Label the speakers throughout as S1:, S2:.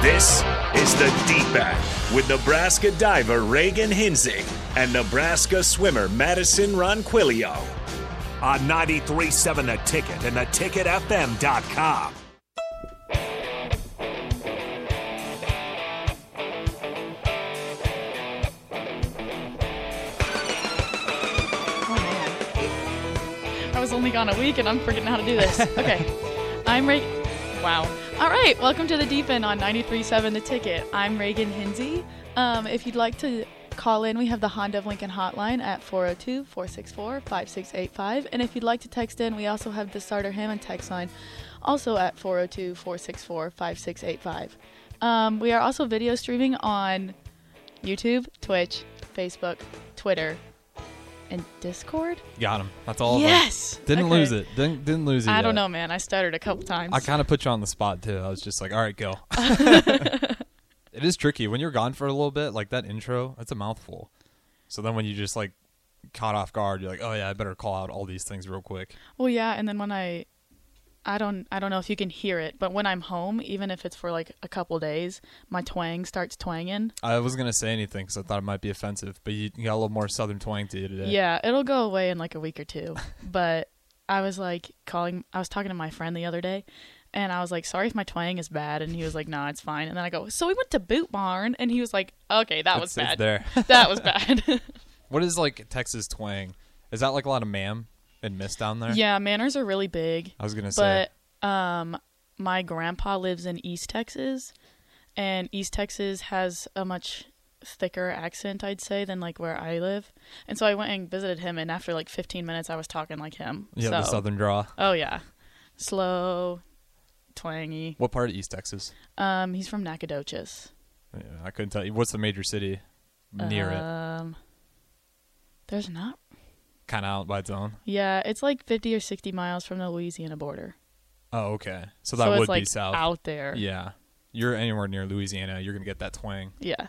S1: This is the Deep End with Nebraska diver Reagan Hinzig and Nebraska swimmer Madison Ronquillo on 93.7 The Ticket and theticketfm.com.
S2: Oh, man. I was only gone a week and I'm forgetting how to do this. Okay. I'm Reagan. Wow. All right. Welcome to the Deep End on 93.7 The Ticket. I'm Reagan Hinsey. Um, if you'd like to call in, we have the Honda of Lincoln hotline at 402 464 5685. And if you'd like to text in, we also have the Starter Hammond text line also at 402 464 5685. Um, We are also video streaming on YouTube, Twitch, Facebook, Twitter, and Discord.
S3: Got him. That's all. of 'em.
S2: Yes.
S3: Didn't
S2: Okay.
S3: lose it. Didn't didn't lose it.
S2: I don't
S3: yet.
S2: know, man. I stuttered a couple times.
S3: I kind of put you on the spot too. I was just like, all right, go. it is tricky when you're gone for a little bit. Like that intro, that's a mouthful. So then when you just like caught off guard, you're like, oh yeah, I better call out all these things real quick.
S2: well, yeah, and then when I, I don't, I don't know if you can hear it, but when I'm home, even if it's for like a couple days, my twang starts twanging.
S3: I was gonna say anything because I thought it might be offensive, but you, you got a little more southern twang to you today.
S2: Yeah, it'll go away in like a week or two. but I was like calling. I was talking to my friend the other day. And I was like, sorry if my twang is bad. And he was like, nah, it's fine. And then I go, so we went to Boot Barn. And he was like, okay, that was
S3: It's-
S2: bad.
S3: it's there.
S2: that was bad.
S3: What is like Texas twang? Is that like a lot of ma'am and miss down there?
S2: yeah, manners are really big.
S3: I was gonna say.
S2: but um my grandpa lives in east texas and east texas has a much thicker accent i'd say than like where i live and so i went and visited him and after like 15 minutes i was talking like him
S3: Yeah,
S2: so,
S3: the southern draw.
S2: oh yeah slow twangy
S3: What part of East Texas?
S2: um he's from nacogdoches
S3: Yeah, I couldn't tell you. What's the major city near it?
S2: um there's not
S3: Kind of out by its own.
S2: yeah it's like 50 or 60 miles from the louisiana border
S3: Oh, okay. So that
S2: so
S3: would
S2: it's like
S3: be south.
S2: out there
S3: Yeah, you're anywhere near Louisiana, you're gonna get that twang.
S2: yeah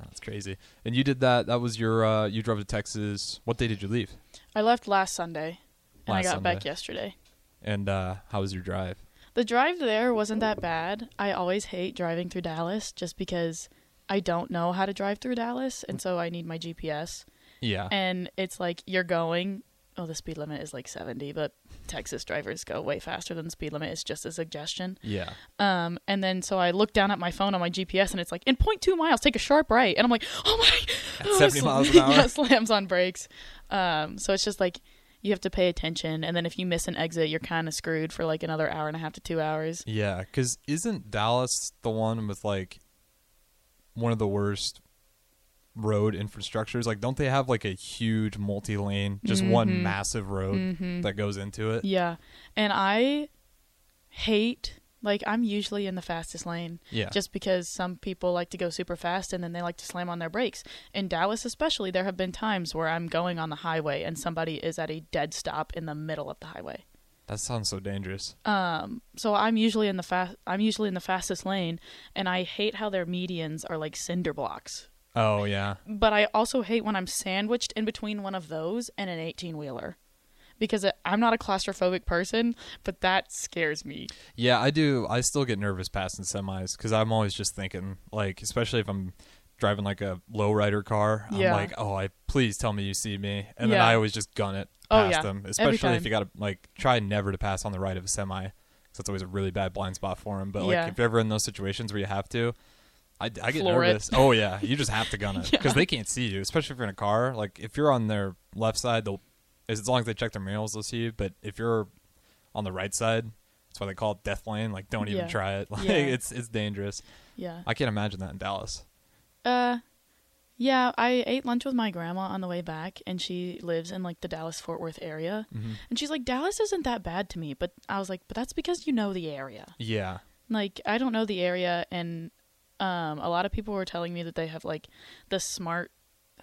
S3: That's crazy. And you did that. That was your. Uh, you drove to Texas. What day did you leave?
S2: i left last sunday and i
S3: Last
S2: got back
S3: Sunday.
S2: yesterday
S3: And uh, how was your drive?
S2: The drive there wasn't that bad. I always hate driving through Dallas just because I don't know how to drive through Dallas, and so I need my GPS.
S3: Yeah.
S2: And it's like you're going, oh, the speed limit is like 70, but Texas drivers go way faster than the speed limit. It's just a suggestion.
S3: yeah.
S2: Um, and then so I look down at my phone on my GPS, and it's like in 0.2 miles, take a sharp right, and I'm like, oh my,
S3: At 70 miles an hour.
S2: yeah, slams on brakes. Um, so it's just like you have to pay attention, and then if you miss an exit, you're kind of screwed for like another hour and a half to two hours.
S3: Yeah. Because isn't Dallas the one with like one of the worst road infrastructures? Like, don't they have like a huge multi-lane, just one massive road that goes into it?
S2: Mm-hmm. Yeah. And I hate like I'm usually in the fastest lane.
S3: Yeah.
S2: Just because some people like to go super fast and then they like to slam on their brakes. In Dallas especially, there have been times where I'm going on the highway and somebody is at a dead stop in the middle of the highway.
S3: That sounds so dangerous.
S2: Uh, So I'm usually in the fast I'm usually in the fastest lane and I hate how their medians are like cinder blocks.
S3: oh yeah.
S2: But I also hate when I'm sandwiched in between one of those and an 18-wheeler. Because it, I'm not a claustrophobic person, but that scares me.
S3: Yeah, I do. I still get nervous passing semis because I'm always just thinking, like, especially if I'm driving like a lowrider car, I'm
S2: Yeah.
S3: like, oh, I please tell me you see me, and then
S2: Yeah.
S3: I always just gun it
S2: Oh,
S3: past
S2: yeah.
S3: them.
S2: Every
S3: Especially if
S2: time.
S3: you got to like try never to pass on the right of a semi, because that's always a really bad blind spot for them. But like,
S2: Yeah.
S3: if you're ever in those situations where you have to. I, I get
S2: Floor it.
S3: nervous. Oh yeah, you just have to gun it
S2: Yeah.
S3: because they can't see you, especially if you're in a car. Like if you're on their left side, they'll as long as they check their mirrors, they'll see you. But if you're on the right side. That's why they call it death lane. Like, don't even
S2: Yeah.
S3: try it. Like,
S2: Yeah.
S3: it's it's dangerous.
S2: Yeah.
S3: I can't imagine that in Dallas.
S2: Uh, yeah, I ate lunch with my grandma on the way back, and she lives in like the Dallas Fort Worth area.
S3: Mm-hmm.
S2: And she's like, Dallas isn't that bad to me. But I was like, but that's because you know the area.
S3: Yeah,
S2: Like, I don't know the area, and um, a lot of people were telling me that they have like the smart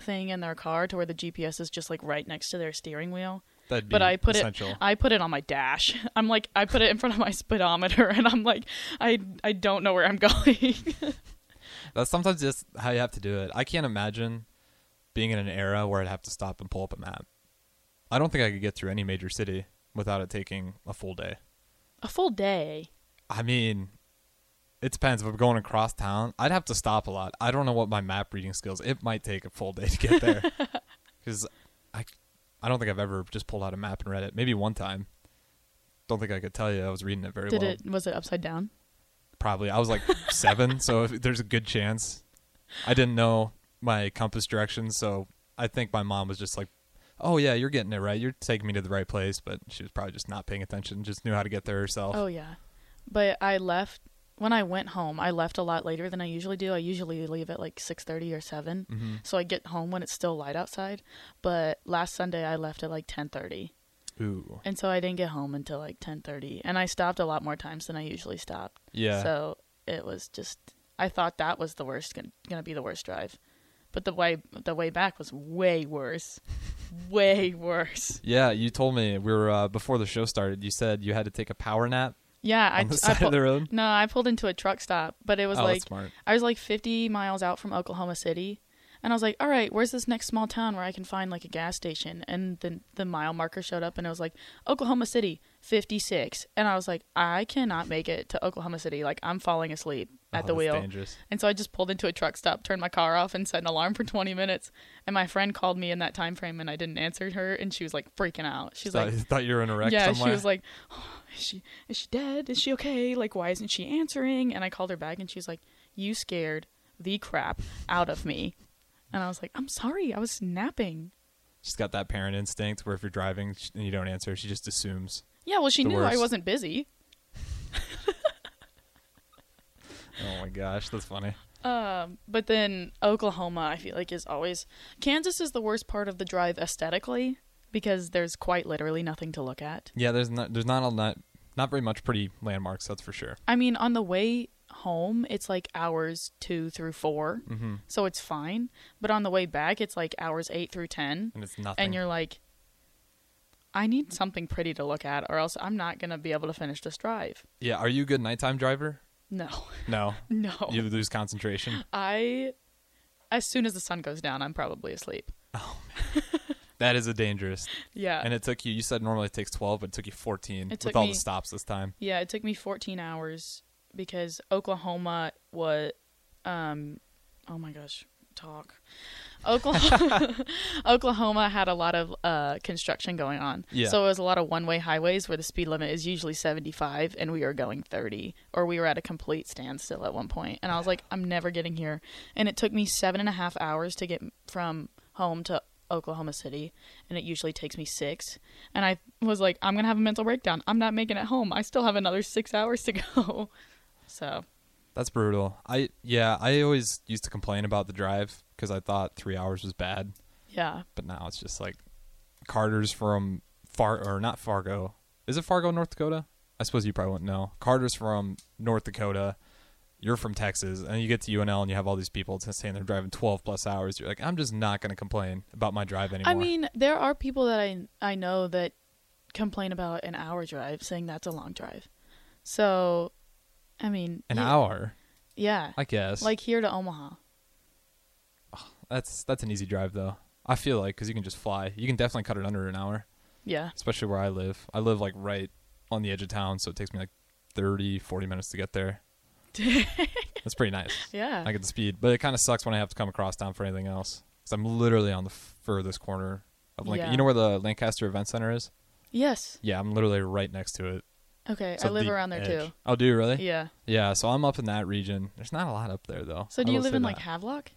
S2: thing in their car to where the GPS is just like right next to their steering wheel.
S3: that'd be
S2: But I put
S3: essential.
S2: it I put it on my dash. I'm like I put it in front of my speedometer and I'm like I I don't know where I'm going.
S3: That's sometimes just how you have to do it. I can't imagine being in an era where I'd have to stop and pull up a map. I don't think I could get through any major city without it taking a full day.
S2: a full day.
S3: I mean, It depends if I'm going across town. I'd have to stop a lot. I don't know what my map reading skills. It might take a full day to get there because I, I don't think I've ever just pulled out a map and read it. Maybe one time. Don't think I could tell you I was reading it very
S2: Did
S3: well.
S2: it? Was it upside down?
S3: Probably I was like seven, so if- there's a good chance. I didn't know my compass directions, so I think my mom was just like, "Oh yeah, you're getting it right. You're taking me to the right place." But she was probably just not paying attention. Just knew how to get there herself.
S2: Oh yeah, but I left when I went home. I left a lot later than I usually do. I usually leave at like six thirty or 7
S3: Mm-hmm.
S2: so I get home when it's still light outside. But last Sunday I left at like ten thirty,
S3: Ooh.
S2: and so I didn't get home until like ten thirty. And I stopped a lot more times than I usually stopped.
S3: Yeah.
S2: So it was just I thought that was the worst going to be the worst drive, but the way the way back was way worse, way worse.
S3: Yeah, you told me we were uh, before the show started. You said you had to take a power nap.
S2: Yeah, I
S3: On the
S2: I
S3: side of
S2: pull-
S3: the road?
S2: No, I pulled into a truck stop, but it was
S3: Oh, that's
S2: like
S3: smart.
S2: I was like 50 miles out from Oklahoma City, and I was like, "All right, where's this next small town where I can find like a gas station?" And then the mile marker showed up, and it was like Oklahoma City 56, and I was like, "I cannot make it to Oklahoma City. Like I'm falling asleep
S3: Oh,
S2: at the
S3: that's
S2: wheel."
S3: Dangerous.
S2: And so I just pulled into a truck stop, turned my car off, and set an alarm for 20 minutes. And my friend called me in that time frame, and I didn't answer her, and she was like freaking out. She's
S3: thought,
S2: like,
S3: thought you were in a wreck
S2: yeah,
S3: somewhere.
S2: she was like, oh, "Is she is she dead? Is she okay? Like, why isn't she answering?" And I called her back, and she was like, "You scared the crap out of me," and I was like, "I'm sorry, I was napping."
S3: She's got that parent instinct where if you're driving sh- and you don't answer, she just assumes.
S2: Yeah, well, she
S3: The
S2: knew I
S3: worst.
S2: wasn't busy.
S3: Oh my gosh, that's funny.
S2: Um, but then Oklahoma, I feel like, is always Kansas is the worst part of the drive aesthetically because there's quite literally nothing to look at.
S3: Yeah, there's not there's not a lot, not very much pretty landmarks. That's for sure.
S2: I mean, on the way home, it's like hours two through 4
S3: Mm-hmm.
S2: so it's fine. But on the way back, it's like hours eight through ten,
S3: And it's nothing.
S2: and you're like, I need something pretty to look at, or else I'm not gonna be able to finish this drive.
S3: yeah, are you a good nighttime driver?
S2: No,
S3: No,
S2: no.
S3: you lose concentration.
S2: I, as soon as the sun goes down, I'm probably asleep.
S3: That is a dangerous.
S2: Yeah,
S3: And it took you. You said normally it takes twelve, but it took you fourteen
S2: It
S3: with
S2: took
S3: all
S2: me-
S3: the stops this time.
S2: Yeah, it took me 14 hours because Oklahoma was, um, oh my gosh, talk. Oklahoma, Oklahoma had a lot of uh, construction going on.
S3: Yeah.
S2: So it was a lot of one way highways where the speed limit is usually 75 and we were going 30 or we were at a complete standstill at one point. And I was like, I'm never getting here. And it took me seven and a half hours to get from home to Oklahoma City, and it usually takes me six. And I was like, I'm gonna have a mental breakdown. I'm not making it home. I still have another six hours to go. So
S3: That's brutal. I yeah, I always used to complain about the drive because I thought three hours was bad.
S2: yeah,
S3: but now it's just like Carter's from Far or not Fargo. Is it Fargo, North Dakota? I suppose you probably wouldn't know. Carter's from North Dakota. You're from Texas, and you get to UNL, and you have all these people just saying they're driving 12 plus hours. You're like, I'm just not going to complain about my drive anymore.
S2: I mean, there are people that I I know that complain about an hour drive, saying that's a long drive. So, I mean,
S3: an
S2: yeah,
S3: hour,
S2: yeah,
S3: I guess.
S2: like here to Omaha.
S3: that's that's an easy drive though. I feel like because you can just fly. You can definitely cut it under an hour,
S2: Yeah,
S3: especially where I live. I live like right on the edge of town, so it takes me like 30, 40 minutes to get there. that's pretty nice.
S2: yeah.
S3: I get the speed, but it kind of sucks when I have to come across town for anything else because I'm literally on the furthest corner of Lincoln.
S2: Yeah.
S3: You know where the Lancaster Event Center is?
S2: yes.
S3: Yeah, I'm literally right next to it.
S2: Okay,
S3: It's
S2: I
S3: at
S2: live
S3: the
S2: around there
S3: edge.
S2: too.
S3: Oh, do you really?
S2: Yeah.
S3: Yeah, so I'm up in that region. There's not a lot up there though.
S2: So do
S3: I
S2: you
S3: will
S2: live
S3: say
S2: in
S3: that.
S2: like Havelock?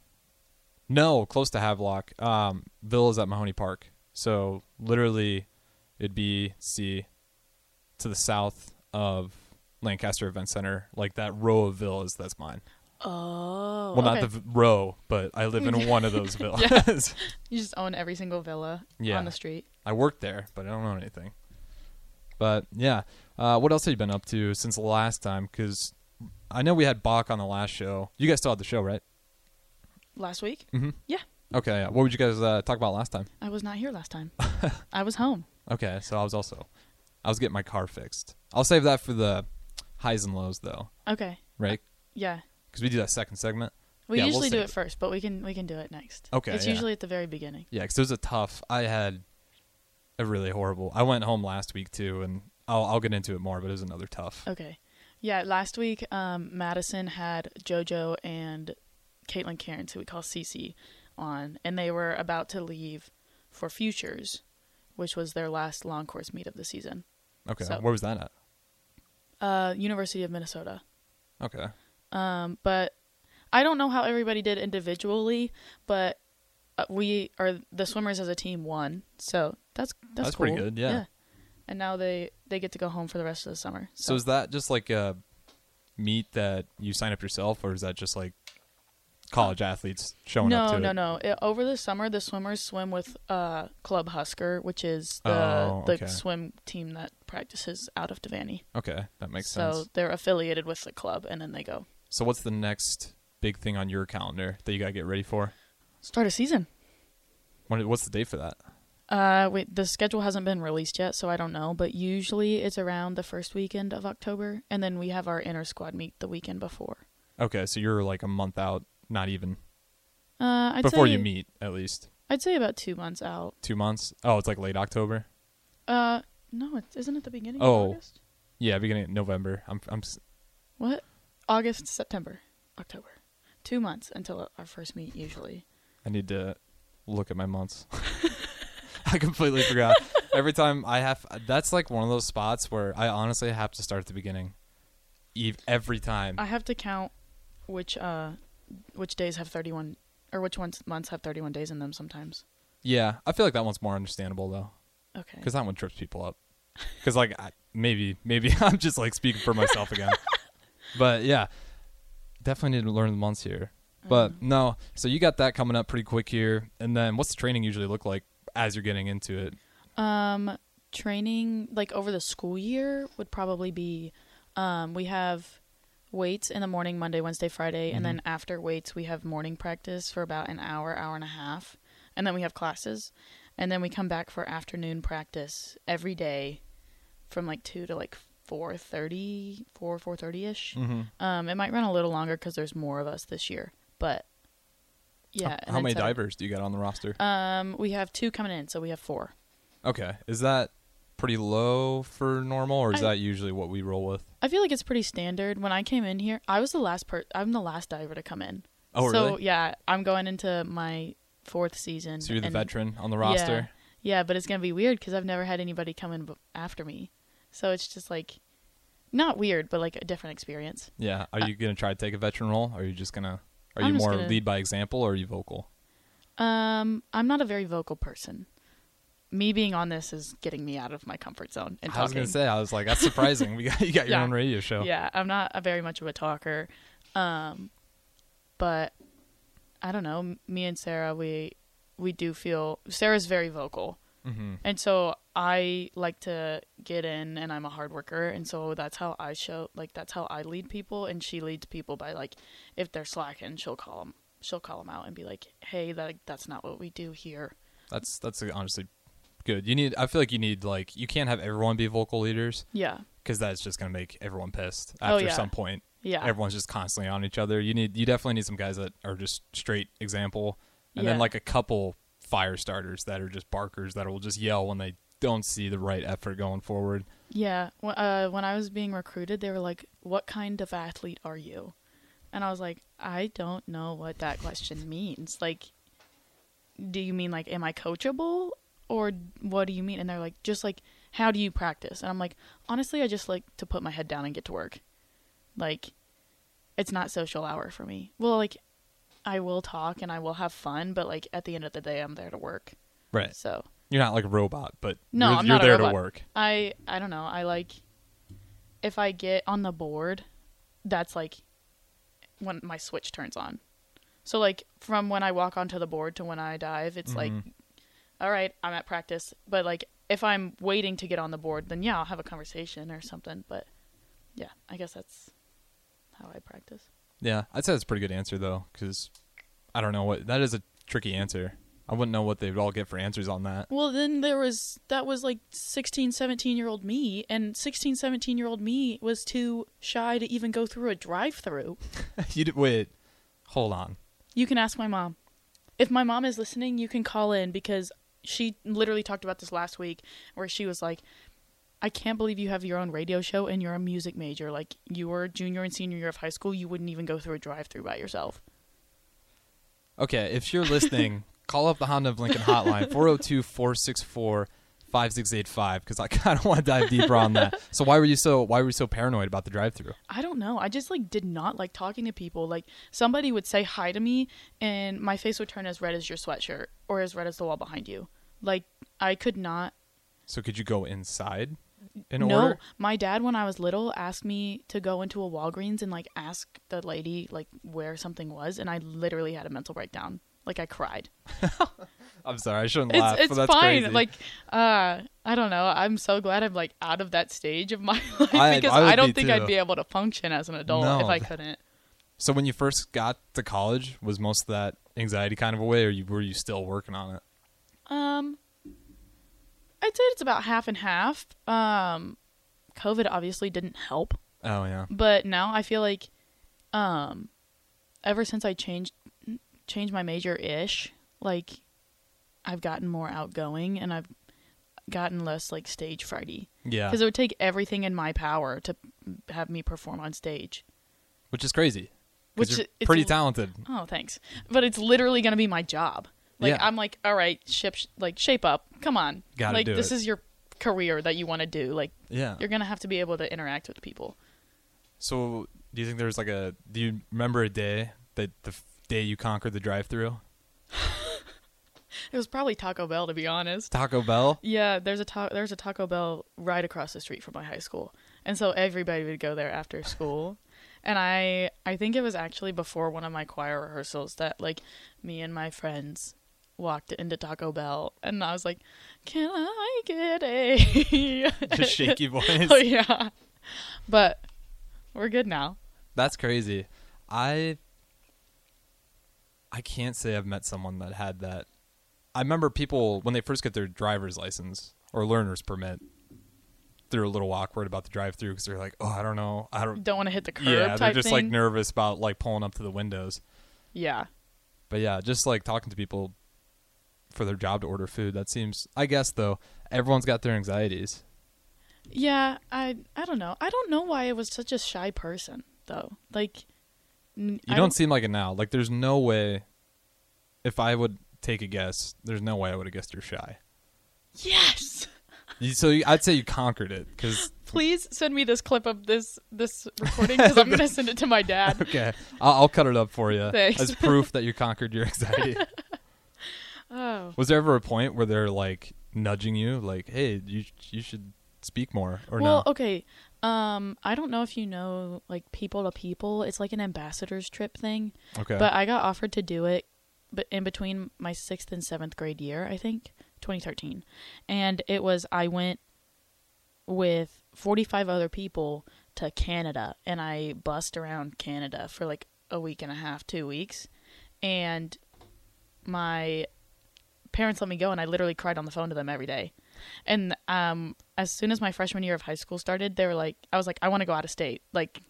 S3: No, close to Havelock. Um, Ville is at Mahoney Park, so literally, it'd be see to the south of Lancaster Event Center. Like that row of villas, that's mine.
S2: Oh.
S3: well,
S2: okay.
S3: not the v- row, but I live in one of those villas.
S2: You just own every single villa
S3: Yeah.
S2: on the street.
S3: I worked there, but I don't own anything. But yeah, uh, what else have you been up to since the last time? Because I know we had Bach on the last show. You guys still had the show, right?
S2: Last week?
S3: Mhm.
S2: Yeah.
S3: Okay. Yeah. What would you guys uh, talk about last time?
S2: I was not here last time. I was home.
S3: Okay, so I was also, I was getting my car fixed. I'll save that for the highs and lows, though,
S2: Okay.
S3: right?
S2: Yeah.
S3: Because we do that second segment.
S2: Uh, We
S3: Yeah, we'll
S2: usually do
S3: save
S2: it, first, but we can we can do it next.
S3: Okay,
S2: It's
S3: yeah.
S2: usually at the very beginning.
S3: Yeah, because it was a tough. I had
S2: Uh,
S3: a really horrible. I went home last week too, and I'll I'll get into it more, but it was another tough.
S2: Okay. Yeah, last week um, Madison had JoJo and Caitlin Cairns, who we call Cece, on, and they were about to leave for Futures, which was their last long course meet of the season.
S3: Okay,
S2: So-
S3: where was that at?
S2: Uh, University of Minnesota.
S3: Okay,
S2: Um, but I don't know how everybody did individually, but uh, we are the swimmers as a team won, so that's that's,
S3: That's pretty
S2: cool.
S3: good, yeah.
S2: And now they they get to go home for the rest of the summer.
S3: so is that just like a meet that you sign up yourself, or is that just like college athletes showing
S2: no,
S3: up to
S2: no,
S3: it?
S2: no. It, over the summer, the swimmers swim with uh, Club Husker, which is the
S3: Oh, okay.
S2: the swim team that practices out of Devaney.
S3: Okay, that makes
S2: so
S3: sense.
S2: they're affiliated with the club, and then they go
S3: So what's the next big thing on your calendar that you gotta get ready for?
S2: start a season.
S3: When, what's the date for that?
S2: Uh, wait, the schedule hasn't been released yet, so I don't know. But usually it's around the first weekend of October, and then we have our inter squad meet the weekend before.
S3: Okay, so you're like a month out, not even
S2: Uh, I'd
S3: before
S2: say,
S3: you meet, at least
S2: I'd say about two months out.
S3: two months. Oh, it's like late October.
S2: Uh, no, it isn't at the beginning
S3: Oh.
S2: of August.
S3: Yeah, beginning of November. I'm, I'm. s-
S2: What? August, September, October. Two months until our first meet, usually.
S3: I need to look at my months. I completely forgot. Every time I have, that's like one of those spots where I honestly have to start at the beginning. Eve every time.
S2: I have to count which uh which days have 31 or which ones months have 31 days in them sometimes.
S3: yeah, I feel like that one's more understandable though,
S2: Okay.
S3: because that one trips people up. Because like I, maybe maybe I'm just like speaking for myself again. but yeah, definitely need to learn the months here. But
S2: Mm.
S3: no, so you got that coming up pretty quick here, and then what's the training usually look like as you're getting into it?
S2: Um, training like over the school year would probably be, um, we have weights in the morning, Monday, Wednesday, Friday, and then
S3: Mm-hmm.
S2: after weights we have morning practice for about an hour, hour and a half, and then we have classes, and then we come back for afternoon practice every day, from like two to like. 4.30 4 4.30ish
S3: Mm-hmm.
S2: um, it might run a little longer because there's more of us this year but yeah and
S3: How
S2: then
S3: many
S2: so-
S3: divers do you got on the roster?
S2: um, we have two coming in so we have four
S3: Okay. Is that pretty low for normal, or is
S2: I-
S3: that usually what we roll with?
S2: I feel like it's pretty standard. When I came in here, I was the last per I'm the last diver to come in.
S3: Oh,
S2: so,
S3: really?
S2: yeah, I'm going into my fourth season.
S3: So you're the
S2: and-
S3: veteran on the
S2: yeah.
S3: roster.
S2: Yeah, but it's gonna be weird because I've never had anybody come in b- after me. So it's just like, not weird, but like a different experience.
S3: Yeah. Are you gonna try to take a veteran role? Or are you just gonna? Are
S2: I'm
S3: you
S2: just
S3: more
S2: gonna-
S3: lead by example, or are you vocal?
S2: Um, I'm not a very vocal person. Me being on this is getting me out of my comfort zone and
S3: I was
S2: talking.
S3: gonna say. I was like, that's surprising. we got you got your
S2: Yeah.
S3: own radio show.
S2: Yeah, I'm not a very much of a talker. Um, but I don't know. m- Me and Sarah, we we do feel Sarah's very vocal, mm-hmm. and so I like to get in, and I'm a hard worker, and so that's how I show. Like that's how I lead people, and she leads people by like if they're slacking, she'll call them. She'll call them out and be like, "Hey, that that's not what we do here."
S3: That's that's honestly good. You need. I feel like you need like you can't have everyone be vocal leaders
S2: Yeah,
S3: because that's just gonna make everyone pissed
S2: Oh,
S3: after
S2: yeah.
S3: some point.
S2: yeah.
S3: everyone's just constantly on each other. You need you definitely need some guys that are just straight example, and then
S2: Yeah.
S3: like a couple fire starters that are just barkers that will just yell when they don't see the right effort going forward.
S2: Yeah. When, uh, when I was being recruited, they were like, "What kind of athlete are you?" And I was like, "I don't know what that question means. Like, do you mean like, am I coachable, or what do you mean?" And they're like, "Just like, how do you practice?" And I'm like, "Honestly, I just like to put my head down and get to work. Like, it's not social hour for me. Well, like, I will talk and I will have fun, but like at the end of the day, I'm there to work.
S3: Right.
S2: So."
S3: You're not like a robot, but
S2: No,
S3: you're,
S2: I'm
S3: you're
S2: not a
S3: there
S2: robot.
S3: to work.
S2: I I don't know. I like if I get on the board, that's like when my switch turns on. So like from when I walk onto the board to when I dive, it's like
S3: Mm-hmm.
S2: all right, I'm at practice, but like if I'm waiting to get on the board, then yeah, I'll have a conversation or something, but yeah, I guess that's how I practice.
S3: Yeah, I'd say that's a pretty good answer though, because I don't know what that is a tricky answer. I wouldn't know what they'd all get for answers on that.
S2: Well, then there was that was like 16, 17 year old me, and 16, 17 year old me was too shy to even go through a drive through.
S3: you did, wait, hold on.
S2: You can ask my mom. If my mom is listening, you can call in because she literally talked about this last week where she was like, I can't believe you have your own radio show and you're a music major. Like you were junior and senior year of high school, you wouldn't even go through a drive-through by yourself.
S3: Okay, if you're listening, call up the Honda of Lincoln hotline 402 464 5685 because I kind of want to dive deeper on that. So why were you so why were you so paranoid about the drive-through?
S2: I don't know. I just like did not like talking to people. Like somebody would say hi to me and my face would turn as red as your sweatshirt or as red as the wall behind you. Like I could not
S3: So could you go inside in
S2: no,
S3: order?
S2: my dad when I was little asked me to go into a Walgreens and like ask the lady like where something was, and I literally had a mental breakdown. Like I cried.
S3: I'm sorry, I shouldn't laugh.
S2: It's it's
S3: but that's
S2: fine.
S3: crazy.
S2: Like uh, I don't know. I'm so glad I'm like out of that stage of my life
S3: I-
S2: because
S3: I would
S2: I, don't
S3: be
S2: think
S3: too.
S2: I'd be able to function as an adult
S3: No.
S2: if I couldn't.
S3: so when you first got to college, was most of that anxiety kind of away, or you, were you still working on it?
S2: Um, I'd say it's about half and half. Um, COVID obviously didn't help.
S3: Oh yeah,
S2: but now I feel like um ever since I changed changed my major ish, like I've gotten more outgoing and I've gotten less like stage frighty
S3: yeah,
S2: because it would take everything in my power to have me perform on stage.
S3: which is crazy. 'cause
S2: Which
S3: you're
S2: i- it's
S3: pretty
S2: l-
S3: talented.
S2: Oh, thanks. But it's literally going to be my job. Like
S3: Yeah.
S2: I'm like, all right, ship, like shape up. Come on.
S3: Gotta
S2: like
S3: do
S2: this
S3: it.
S2: is your career that you want to do. Like
S3: Yeah.
S2: you're going to have to be able to interact with people.
S3: So do you think there's like a? Do you remember a day that the f- day you conquered the drive-through?
S2: It was probably Taco Bell to be honest.
S3: Taco Bell.
S2: Yeah, there's a ta- there's a Taco Bell right across the street from my high school, and so everybody would go there after school. and I I think it was actually before one of my choir rehearsals that like me and my friends walked into Taco Bell, and I was like, "Can I get a?"
S3: Just shaky voice.
S2: oh yeah, but we're good now.
S3: That's crazy. I I can't say I've met someone that had that. I remember people when they first get their driver's license or learner's permit, they're a little awkward about the drive-through because they're like, "Oh, I don't know, I don't."
S2: Don't want to hit the curb.
S3: yeah, they're
S2: type
S3: just
S2: thing.
S3: like nervous about like pulling up to the windows.
S2: Yeah,
S3: But yeah, just like talking to people for their job to order food. That seems. I guess though, everyone's got their anxieties.
S2: Yeah, I I don't know. I don't know why I was such a shy person though. Like n-
S3: You
S2: I
S3: don't, seem like it now. Like there's no way. If I would take a guess, there's no way I would have guessed you're shy.
S2: Yes.
S3: You- So you, I'd say you conquered it because
S2: Please send me this clip of this this recording cuz I'm going to send it to my dad.
S3: okay, I'll, I'll cut it up for you
S2: Thanks.
S3: as proof that you conquered your anxiety.
S2: Oh.
S3: Was there ever a point where they're like nudging you, like, "Hey, you you should speak more," or
S2: Well,
S3: no?
S2: okay. Um I don't know if you know like people to people. It's like an ambassadors trip thing,
S3: Okay,
S2: but I got offered to do it but in between my 6th and 7th grade year, I think, 2013. And it was I went with 45 other people to Canada and I bussed around Canada for like a week and a half, two weeks. And my parents let me go and I literally cried on the phone to them every day. And um, as soon as my freshman year of high school started, they were like, I was like, I want to go out of state. Like,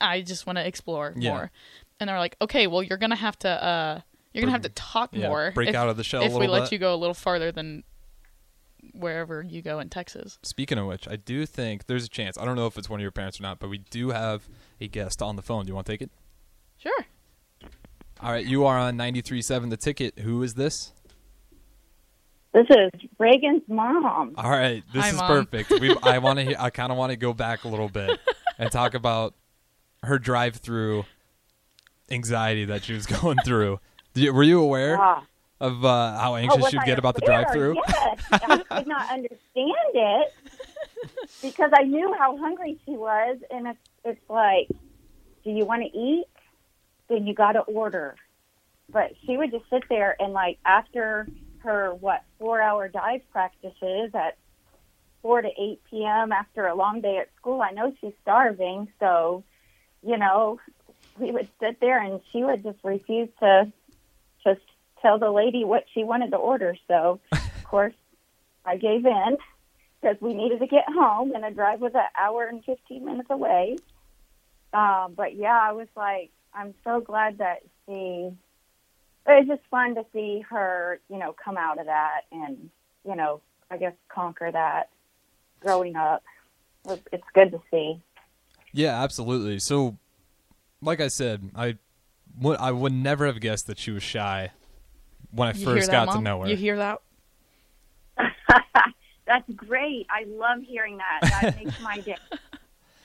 S2: I just want to explore
S3: Yeah.
S2: more. And they're like, okay, well, you're going to have to, uh, you're going to have to talk
S3: yeah,
S2: more.
S3: break out of the shell a
S2: If we
S3: little
S2: let
S3: bit.
S2: you go a little farther than wherever you go in Texas.
S3: Speaking of which, I do think there's a chance. I don't know if it's one of your parents or not, but we do have a guest on the phone. Do you want to take it?
S2: Sure.
S3: All right, you are on 93.7 The Ticket. Who is this?
S4: This is Reagan's mom.
S3: All right, this
S2: Hi,
S3: is
S2: Mom.
S3: perfect. We, I want to. I kind of want to go back a little bit and talk about her drive-through anxiety that she was going through. Did you- were you aware
S4: Ah.
S3: of uh, how
S4: Oh,
S3: anxious
S4: was
S3: she'd
S4: I
S3: get about the
S4: aware?
S3: drive-through?
S4: Yes, I could not understand it because I knew how hungry she was, and it's, it's like, do you want to eat? Then you got to order. But she would just sit there and like after her what four-hour dive practices at four to eight p.m. after a long day at school, I know she's starving, so you know we would sit there and she would just refuse to just tell the lady what she wanted to order. So, of course, I gave in because we needed to get home, and the drive was an hour and 15 minutes away. Um, but yeah, I was like, I'm so glad that she. It was just fun to see her, you know, come out of that and, you know, I guess conquer that. growing up. It's it's good to see.
S3: Yeah, absolutely. So, like I said, I would I would never have guessed that she was shy when I
S2: You hear
S3: first
S2: that,
S3: got
S2: Mom?
S3: to know her.
S2: You hear that?
S4: That's great. I love hearing that. That makes my day.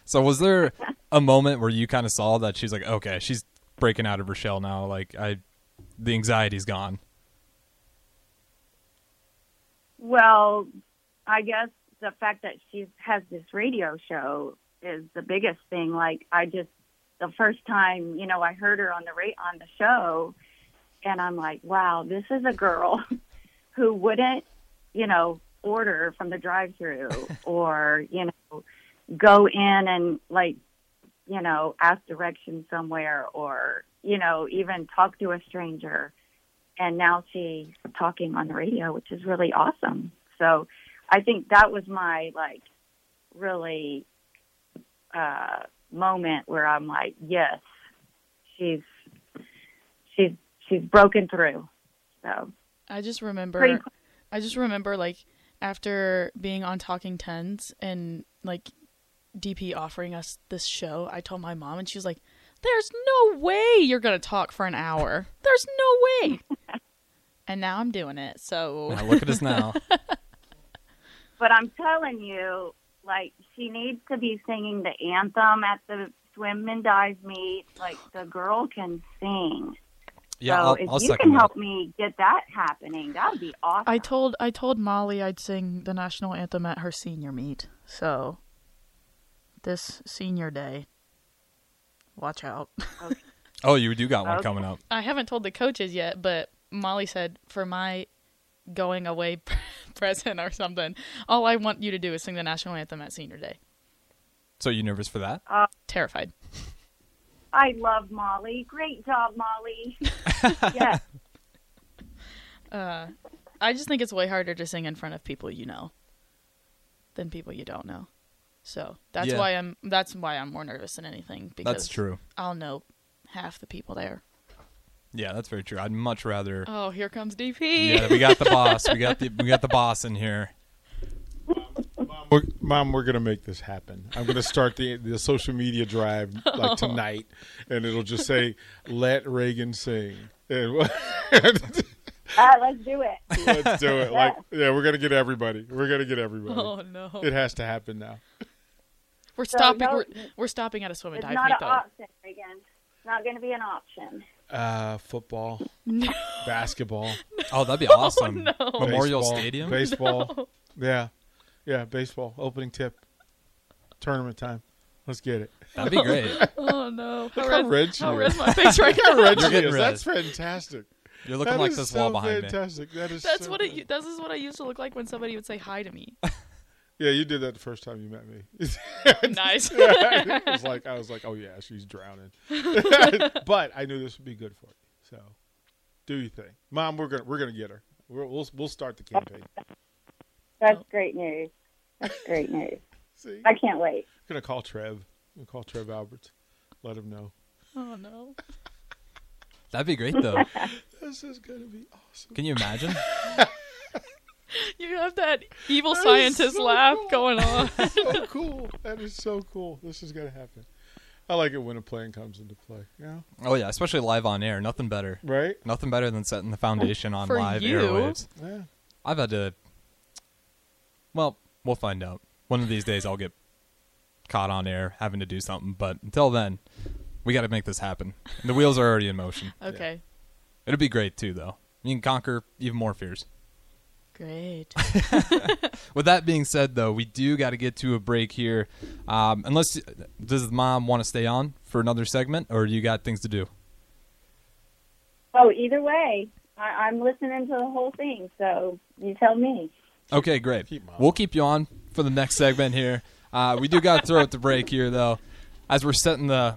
S3: so, was there a moment where you kind of saw that she's like, okay, she's breaking out of her shell now? Like, I, the anxiety's gone.
S4: Well, I guess the fact that she has this radio show is the biggest thing. Like I just the first time, you know, I heard her on the rate on the show and I'm like, wow, this is a girl who wouldn't, you know, order from the drive through or, you know, go in and like, you know, ask directions somewhere or, you know, even talk to a stranger and now she's talking on the radio, which is really awesome. So I think that was my like really uh, moment where I'm like, yes, she's she's she's broken through. So
S2: I just remember.
S4: Pretty
S2: I just remember like after being on Talking Tens and like DP offering us this show, I told my mom and she was like, "There's no way you're gonna talk for an hour. There's no way." and now I'm doing it. So
S3: Now look at us now.
S4: But I'm telling you, like she needs to be singing the anthem at the swim and dive meet. Like the girl can sing.
S3: Yeah,
S4: so
S3: I'll,
S4: if
S3: I'll
S4: you
S3: second
S4: can
S3: that.
S4: help me get that happening, that would be awesome.
S2: I told I told Molly I'd sing the national anthem at her senior meet. So this senior day, watch out.
S3: Oh, you do got one
S4: Okay.
S3: coming up.
S2: I haven't told the coaches yet, but Molly said for my going away present or something, all I want you to do is sing the national anthem at senior day.
S3: So, you nervous for that?
S2: Terrified.
S4: I love Molly. Great job, Molly. yes.
S2: I just think it's way harder to sing in front of people you know than people you don't know. So that's
S3: Yeah.
S2: why I'm that's why I'm more nervous than anything because
S3: That's true.
S2: I'll know half the people there.
S3: Yeah, that's very true. I'd much rather.
S2: Oh, here comes DP.
S3: Yeah, we got the boss. We got the we got the boss in here.
S5: We're, Mom, we're gonna make this happen. I'm gonna start the the social media drive
S2: Oh.
S5: like tonight, and it'll just say "Let Reagan sing." And we'll-
S4: All right, Uh, let's do it.
S5: let's do it. Like, yeah, we're gonna get everybody. We're gonna get everybody.
S2: Oh no.
S5: It has to happen now.
S2: We're stopping
S4: no-
S2: we're, we're stopping at a swim and
S4: It's
S2: dive
S4: not
S2: meet
S4: an
S2: though.
S4: option, Reagan. It's not going to be an option.
S5: Uh, football, basketball,
S3: Oh, that'd be awesome. Memorial
S5: baseball,
S3: Stadium.
S5: baseball. Yeah, yeah, baseball. Opening tip, tournament time. Let's get it.
S3: That'd be great.
S2: Oh no. How
S5: Look how red she
S2: how
S5: is.
S2: red my face right now.
S5: Red she
S3: getting
S5: is.
S3: red.
S5: That's fantastic.
S3: You're
S5: That
S3: looking like
S5: is
S3: this
S5: so
S3: wall behind me.
S5: fantastic. That is.
S2: That's
S5: so
S2: what
S5: good.
S2: it. This is what I used to look like when somebody would say hi to me.
S5: Yeah, you did that the first time you met me.
S2: nice.
S5: it was like I was like, oh yeah, she's drowning. but I knew this would be good for you. So, do you think, Mom? We're gonna we're gonna get her. We're, we'll we'll start the campaign.
S4: That's great news. That's great news.
S5: See,
S4: I can't wait.
S5: I'm gonna call Trev. I'm gonna call Trev Alberts. Let him know.
S2: Oh no.
S3: That'd be great though.
S5: This is gonna be awesome.
S3: Can you imagine?
S2: You have that evil
S5: That is
S2: scientist
S5: so
S2: laugh
S5: cool.
S2: going on.
S5: so cool. That is so cool. This is gonna happen. I like it when a plan comes into play. You know,
S3: Oh yeah, especially live on air. Nothing better.
S5: right?
S3: Nothing better than setting the foundation on
S2: For
S3: live
S2: you.
S3: airwaves.
S5: Yeah.
S3: I've had to. Well, we'll find out. One of these days, I'll get caught on air having to do something. But until then, we got to make this happen. And the wheels are already in motion.
S2: Okay.
S3: It'll be great too, though. You can conquer even more fears.
S2: Great.
S3: With that being said, though, we do got to get to a break here. Um, unless does mom want to stay on for another segment, or you got things to do?
S4: Oh, either way, I, I'm listening to the whole thing. So you tell me.
S3: Okay, great.
S5: Keep Mom.
S3: we'll keep you on for the next segment here. Uh, we do got to throw out the break here, though, as we're setting the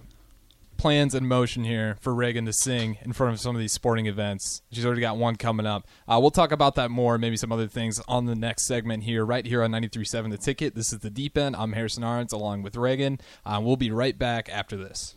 S3: plans in motion here for Reagan to sing in front of some of these sporting events. She's already got one coming up. Uh, we'll talk about that more, maybe some other things on the next segment here, right here on 93.7 The Ticket. This is The Deep End. I'm Harrison Arns along with Reagan. Uh, we'll be right back after this.